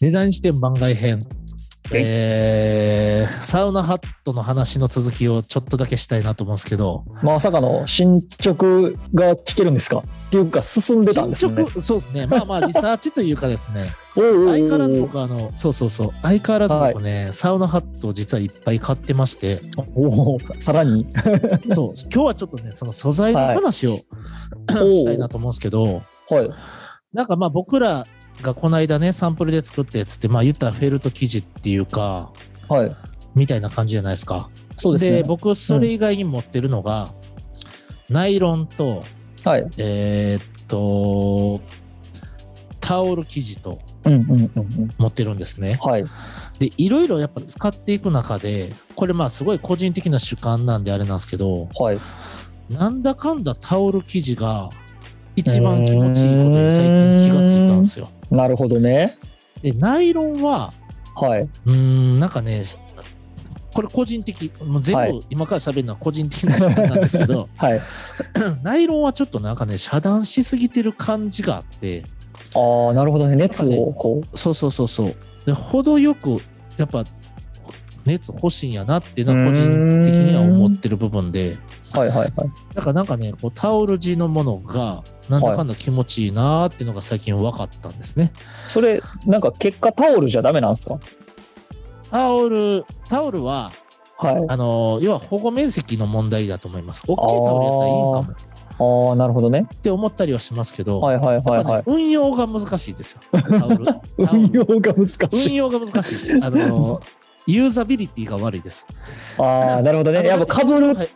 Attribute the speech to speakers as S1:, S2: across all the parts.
S1: デザイン視点番外編、えーサウナハットの話の続きをちょっとだけしたいなと思うんですけど、
S2: まさかの進捗が聞けるんですかっていうか進んでたんです
S1: 進
S2: ね。
S1: 捗そうですねまあまあリサーチというかですね
S2: お うおうおう
S1: 相変わらず僕あのそうそうそう相変わらず僕ね、サウナハットを実はいっぱい買ってま して
S2: おうさらに。
S1: そう今日はちょっとねその素材の話を、 したいなと思うんですけど
S2: おうはい。
S1: なんかまあ僕らがこの間ねサンプルで作ったやつってまあ言ったらフェルト生地っていうか
S2: はい。
S1: みたいな感じじゃないですか。
S2: そうです
S1: で
S2: ね。
S1: 僕それ以外に持ってるのが、ナイロンと
S2: はい。
S1: えーっとタオル生地と
S2: うんうんうんうん。
S1: 持ってるんですね。
S2: はい。
S1: でいろいろやっぱ使っていく中でこれまあすごい個人的な主観なんであれなんですけど
S2: はい。
S1: なんだかんだタオル生地が一番気持ちいいことに最近気がついたんですよ。
S2: なるほどね。
S1: でナイロンは
S2: はい。
S1: うーんなんかねこれ個人的もう全部、
S2: はい
S1: 今から喋るのは個人的な主観なんですけど
S2: はい。
S1: ナイロンはちょっとなんかね遮断しすぎてる感じがあって
S2: ああ、なるほどね。熱をこ
S1: そうそうそうそうで程よくやっぱ熱欲しいんやなっていうのは個人的には思ってる部分で
S2: う。はいはいはい。
S1: だからなんかねこうタオル地のものがなんだかんだ気持ちいいなーっていうのが最近分かったんですね、
S2: それ、なんか結果タオルじゃダメなんですか
S1: タオルタオルは
S2: はい。
S1: あの要は保護面積の問題だと思います大きいタオルやったらいいんかも
S2: ああ、なるほどね。
S1: って思ったりはしますけど、
S2: はいはいはい
S1: やっぱね
S2: はい。
S1: 運用が難しいですよ。タオ ルタオル
S2: 運用が難し
S1: 運
S2: い。
S1: 用が難しい。あのユーザビリティが悪いです。
S2: ああ、なるほど
S1: あ
S2: ね。
S1: の
S2: やっぱ被る
S1: はい
S2: っ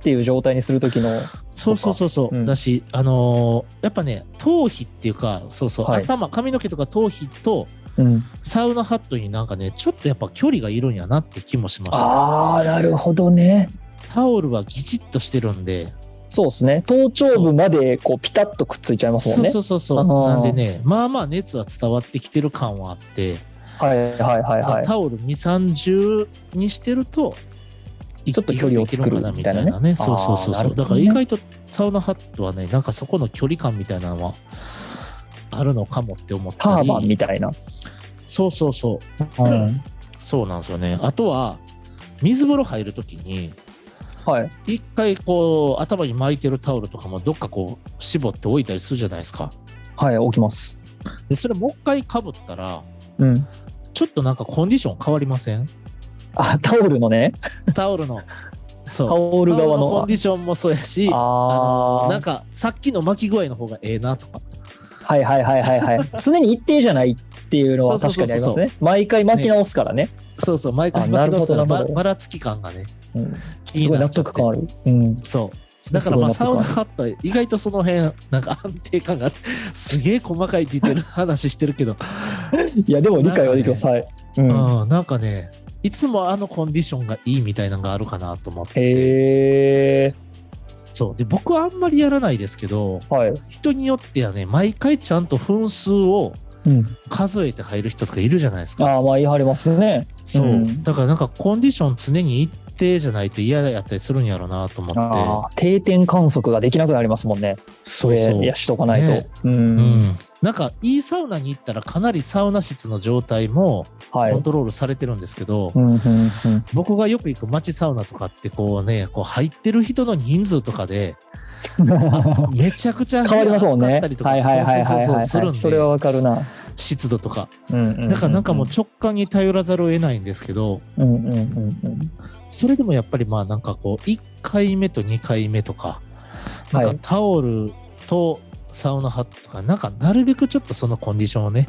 S2: ていう状態にする時の。
S1: そうそうそうそう、
S2: うん
S1: だし、あのやっぱね頭皮っていうか、そうそう、
S2: はい
S1: 頭髪の毛とか頭皮と
S2: うん。
S1: サウナハットになんかねちょっとやっぱ距離がいるんやなって気もしました。
S2: ああ、なるほどね。
S1: タオルはギチッとしてるんで、
S2: そうですね。頭頂部までこうピタッとくっついちゃいますもん
S1: そう
S2: ね
S1: そ。うそうそ
S2: あ
S1: う。
S2: のー
S1: なんでねまあまあ熱は伝わってきてる感はあって。
S2: はいはいはいはい。
S1: タオル2、30にしてると、
S2: ちょっと距離を作るみたいなね
S1: いけるのかねそうそうそう
S2: あーな
S1: そう、
S2: るほどね
S1: だから意外とサウナハットはね、なんかそこの距離感みたいなのはあるのかもって思っ
S2: タ
S1: た
S2: ーバン
S1: り、
S2: みたいな。
S1: そうそうそう、
S2: うん
S1: そうなんですよね。あとは、水風呂入るときに、
S2: はい。
S1: 一回こう、頭に巻いてるタオルとかもどっかこう、絞っておいたりするじゃないですか。
S2: はい、起きます。
S1: で、それもう一回かぶったら、
S2: うん。
S1: ちょっとなんかコンディション変わりません
S2: あ、タオルのね。
S1: タオル の。そう
S2: タオル側
S1: 顔コ
S2: の
S1: ン。ディションもそうやし、
S2: あ
S1: な
S2: あ
S1: ん。かさっきの巻き具合の方がええなとか、
S2: はいはいはいはいはい。常に一定じゃないっていうのは確かにありますね。毎回巻き直すからね。
S1: そうそう、毎回
S2: あ
S1: 巻き直すから
S2: なるほどな
S1: ば
S2: るほど
S1: ばらつき感がね、
S2: うん
S1: 気
S2: す
S1: に
S2: ごい
S1: な
S2: 納
S1: っちゃって
S2: 得感ある。うん。
S1: そう。だからまあ
S2: す
S1: サ
S2: ご
S1: ウ
S2: い納
S1: ナ
S2: 得
S1: ハットは意外とその辺、なんか安定感があって、 すげえ細かいディテールの話してるけど、
S2: あるいや、でも理解はできます。はい。うん。
S1: うん、なんかね、いつもあのコンディションがいいみたいなのがあるかなと思って、
S2: へえ。
S1: そう。で、僕はあんまりやらないですけど、
S2: はい。
S1: 人によってはね、毎回ちゃんと分数を
S2: うん。
S1: 数えて入る人とかいるじゃないですか。
S2: ああ、まあ言い張りますね。
S1: そう、
S2: うん
S1: だからなんかコンディション常に一定じゃないと嫌だやったりするんやろうなと思
S2: あ
S1: っ
S2: あ、定点観測ができなくなりますもんね。
S1: て
S2: そ
S1: そう
S2: れ
S1: そう
S2: いやしとかないと。
S1: ね
S2: う。
S1: うんん、なんかいいサウナに行ったらかなりサウナ室の状態も
S2: はい
S1: コン。トロールされてるんですけど、
S2: うんうんうん。
S1: 僕がよく行く街サウナとかってこうねこう入ってる人の人数とか でめちゃくちゃ
S2: 変わりますもん
S1: 暑か
S2: ね
S1: ったり。とか
S2: はいはいはいはい
S1: そうそう
S2: は
S1: そうするん
S2: い。
S1: で
S2: それはわかるな。
S1: 湿度とか
S2: うんうんうんうん
S1: だからなんかもう直感に頼らざるを得ないんですけど
S2: うんうんうんうん。
S1: それでもやっぱりまあなんかこう1回目と2回目とかな
S2: は
S1: ん
S2: い
S1: かタオルとサウナハットとか、なんかなるべくちょっとそのコンディションをね、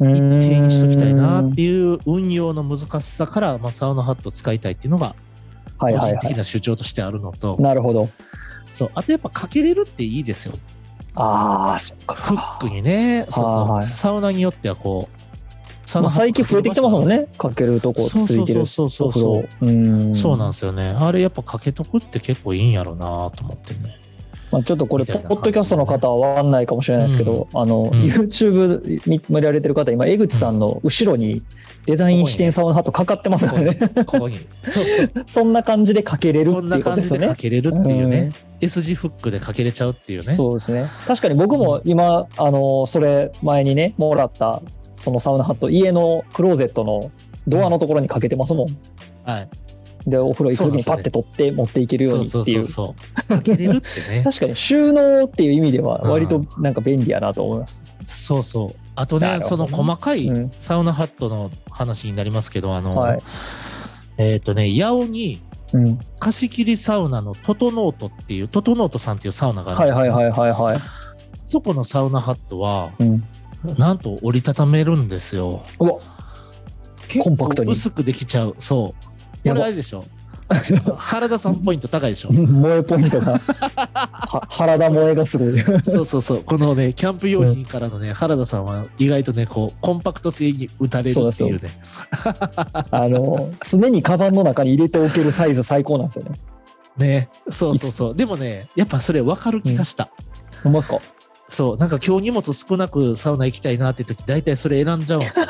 S1: 一定にしときたいなっていう運用の難しさから、まあ、サウナハットを使いたいっていうのが、個
S2: はいはい
S1: 人
S2: は
S1: 的
S2: い。
S1: な主張としてあるのと、
S2: なるほど。
S1: そう、あとやっぱかけれるっていいですよ。
S2: ああ、そっ
S1: フ
S2: か。
S1: ックにね、そうそう、
S2: はい
S1: サウナによってはこう、サウ
S2: ま
S1: ナ
S2: あ、
S1: ハ
S2: 最
S1: ット
S2: 近増えてきてますもんね。かけるとこ
S1: そう
S2: ついてる。
S1: そうそうそうそ
S2: お
S1: う
S2: 風。呂うん。
S1: そうなん
S2: ん
S1: ですよね。あれやっぱかけとくって結構いいんやろうなと思ってね。
S2: まあ、ちょっとこれ、
S1: み
S2: ポ
S1: たいな
S2: ッ
S1: 感じ
S2: ドキャストの方はわかんないかもしれないですけど、あの、
S1: うん
S2: YouTube 見見られてる方、今、江口さんの後ろにデザイン視点サウナハットかかってますからね。
S1: ここに。そう そう。
S2: そんな感じでかけれる
S1: こん
S2: ってい
S1: な
S2: うこと
S1: 感
S2: で
S1: じ
S2: すよ
S1: で
S2: ね
S1: か。けれるっていうね。S 字フックでかけれちゃうっていうね。
S2: そうですね確かに僕も今、あのそれ前にねもらったそのサウナハット、家のクローゼットのドアのところにかけてますもん。
S1: はい。
S2: で、お風呂行く
S1: そうなん
S2: 時
S1: で
S2: に
S1: すよ
S2: パ
S1: ね
S2: ッて取って持っていけるよう
S1: そう
S2: にって
S1: そう
S2: い。
S1: そううそう。かけれるってね。
S2: 確かに収納っていう意味では割となんか便利やなと思います。
S1: そうそう。あと
S2: な
S1: ね、
S2: るほ
S1: そ
S2: ど
S1: の
S2: ね
S1: 細かい
S2: うん
S1: サウナハットの話になりますけど、あの、
S2: はい
S1: えっ、とね、八尾に
S2: うん。
S1: 貸し切りサウナのトトノートっていう、トトノートさんっていうサウナがあ
S2: は
S1: る
S2: い
S1: んです
S2: はい
S1: よ
S2: はいはいはい。
S1: そこのサウナハットは、
S2: うん。
S1: なんと折りたためるんですよ。
S2: うわ、
S1: 結
S2: コンパクトに
S1: 構薄くできちゃう。そう。こ
S2: や
S1: れあ
S2: ば。
S1: れでしょ。原田さんポイント高いでしょ。
S2: 萌えポイ ントが。は原田萌えがすごい。
S1: そうそうそう。このね、キャンプ用品からのね、原田さんは意外とね、こう、コンパクト性に打たれるっていうね。
S2: あの、常にカバンの中に入れておけるサイズ最高なんですよね。
S1: ね。そうそうそう。でもね、やっぱそれ分かる気がした。
S2: ほんまですか
S1: そう、なんか今日荷物少なくサウナ行きたいなって時、大体それ選んじゃうんですよ。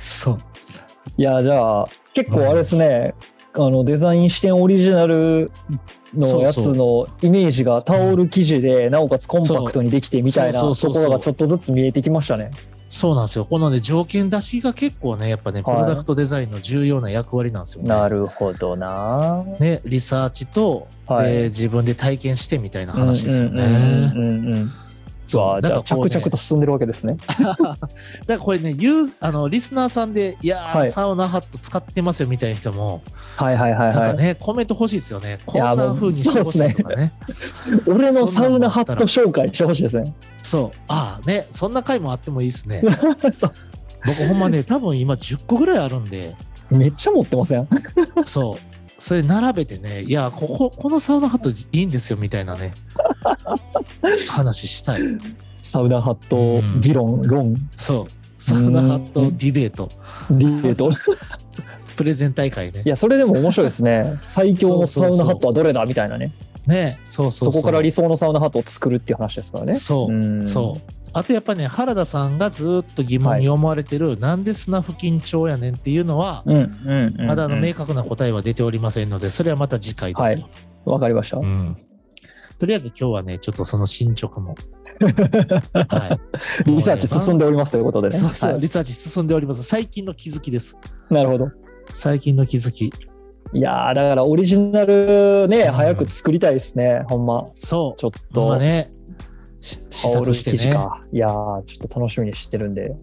S1: そう。
S2: いや、じゃあ、結構あれですね、あの、デザイン視点オリジナルのやつのイメージがタオル生地で、なおかつコンパクトにできてみたいな
S1: そう
S2: と
S1: そうそう
S2: こ
S1: そう
S2: ろがちょっとずつ見えてきましたね。
S1: そうなんですよ。このね、条件出しが結構ね、やっぱね、プ
S2: はい
S1: ロダクトデザインの重要な役割なんですよね。
S2: なるほどな。
S1: ね、リサーチと、
S2: はい
S1: えー自分で体験してみたいな話ですよ
S2: うん
S1: ね。
S2: うんうんうんう
S1: そ
S2: わ
S1: う
S2: じゃ
S1: な
S2: あ
S1: んかこう
S2: 着
S1: ね
S2: 々と進んでるわけですね。
S1: だからこれね、ユーズあのリスナーさんで、いやー、
S2: はい
S1: サウナハット使ってますよみたいな人も、
S2: はいはいはい
S1: な
S2: は
S1: ん
S2: い。
S1: かね、コメント欲しいですよね。こん
S2: や
S1: な
S2: もう
S1: 風にしてほしいと
S2: そう
S1: かね。
S2: 俺のサウナハット紹介してほしい ですね。
S1: そう。ああ、ね、そんな回もあってもいいですね。
S2: そ
S1: 僕ほんまね、多分今10個ぐらいあるんで、
S2: うめっちゃ持ってません
S1: そう。それ並べてね、いや、ここ、このサウナハットいいんですよみたいなね、話したい。
S2: サウナハット議論、論、
S1: そう。サウナハットディベート、
S2: ディベート。
S1: プレゼン大会ね
S2: い。や、それでも面白いですね。最強のサウナハットはどれだみたいなね。
S1: ね、そうそう。
S2: そうこから理想のサウナハットを作るっていう話ですからね。
S1: そう
S2: うん
S1: そう。あとやっぱね、原田さんがずっと疑問に思われてる、なんで砂付近町やねんっていうのは、
S2: うん。うん。うん
S1: まだあの明確な答えは出ておりませんので、それはまた次回ですよ。
S2: はいわかりました
S1: う。んとりあえず今日はね、ちょっとその進捗 も。はい
S2: リサーチ進ん
S1: で
S2: でおりますということでね。
S1: そうそう、
S2: はい
S1: リサーチ進んでおります。最近の気づきです。
S2: なるほど。
S1: 最近の気づき。
S2: いやー、だからオリジナルね、
S1: うん
S2: 早く作りたいですね。ほんま。
S1: そう。
S2: ちょっ
S1: ほんま
S2: と。
S1: ね、し試
S2: タオル
S1: 作して
S2: 生地
S1: ね。
S2: か。いやー、ちょっと楽しみにしてるんで。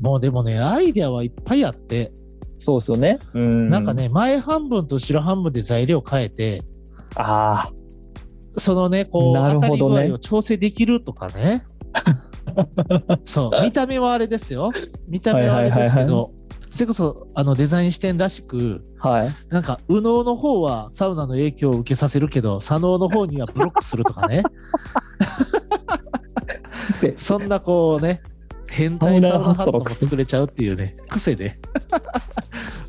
S1: もうでもね、アイデアはいっぱいあって、
S2: そうですよね。うん。
S1: なんか。ね、前半分と後ろ半分で材料変えて、
S2: あ
S1: そのね、こう、
S2: なる
S1: 当た
S2: ほ
S1: り具
S2: どね
S1: 合を調整できるとか ね。そう、見た目はあれですよ。見た目はあれですけ
S2: はいはいはい
S1: ど、それこそ、あの、デザイン視点らしく、
S2: あ。 はい。
S1: なんか、右脳の方はサウナの影響を受けさせるけど、左脳の方にはブロックするとか ね。
S2: で
S1: そんなこうね、変態サウナハットも作れちゃうっていうね、癖 で。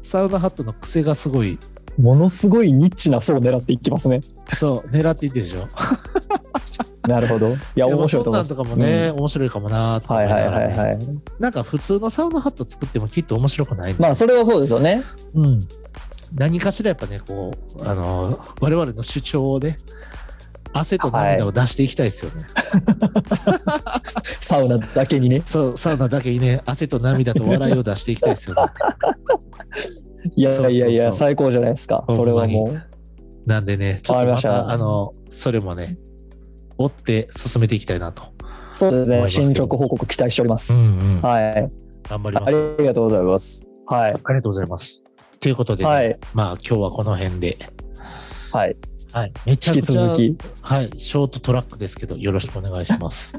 S1: サウナハットの癖がすごい、
S2: ものすごいニッチな層を狙っていきますね。
S1: そう、狙っていってるでしょ。
S2: なるほど。いや、面白いと思いま
S1: で
S2: す。
S1: もそんなんとかもね、面白いかもなーと
S2: うん。
S1: か思
S2: はい
S1: いな
S2: は
S1: が
S2: い
S1: らね
S2: はいはい。
S1: なんか普通のサウナハット作ってもきっと面白くない、
S2: まあ、それはそうですよね。
S1: うん、何かしらやっぱねこうあの我々の主張をね汗と涙を出していきたいですよね、
S2: サウナだけにね。
S1: そうサウナだけにね汗と涙と笑いを出していきたいですよね
S2: いや
S1: そうそうそう
S2: いやいや、最高じゃないですか。
S1: ほんまに
S2: それはも
S1: なんでねちょっと
S2: わかり
S1: ま
S2: ました
S1: たあのそれもね追って進めていきたいなと、
S2: う。そうです
S1: 思いま
S2: ね。
S1: すけど
S2: 進捗報告期待しておりま
S1: う
S2: す。
S1: んうん、
S2: はい。
S1: 頑張りま
S2: あ
S1: す
S2: りがとうございます。はい。
S1: ありがとうございますということでね、
S2: はい。
S1: まあ今日はこの辺で
S2: はい。
S1: はいめちゃ
S2: 引き
S1: くちゃ
S2: 続き、
S1: はいショートトラックですけどよろしくお願いします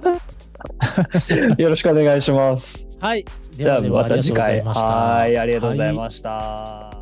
S2: よろしくお願いします。
S1: はい。
S2: で
S1: で
S2: は
S1: はでは
S2: また次
S1: あり
S2: 回。
S1: がとうございました
S2: はい。ありがとうござ
S1: はいい
S2: ました。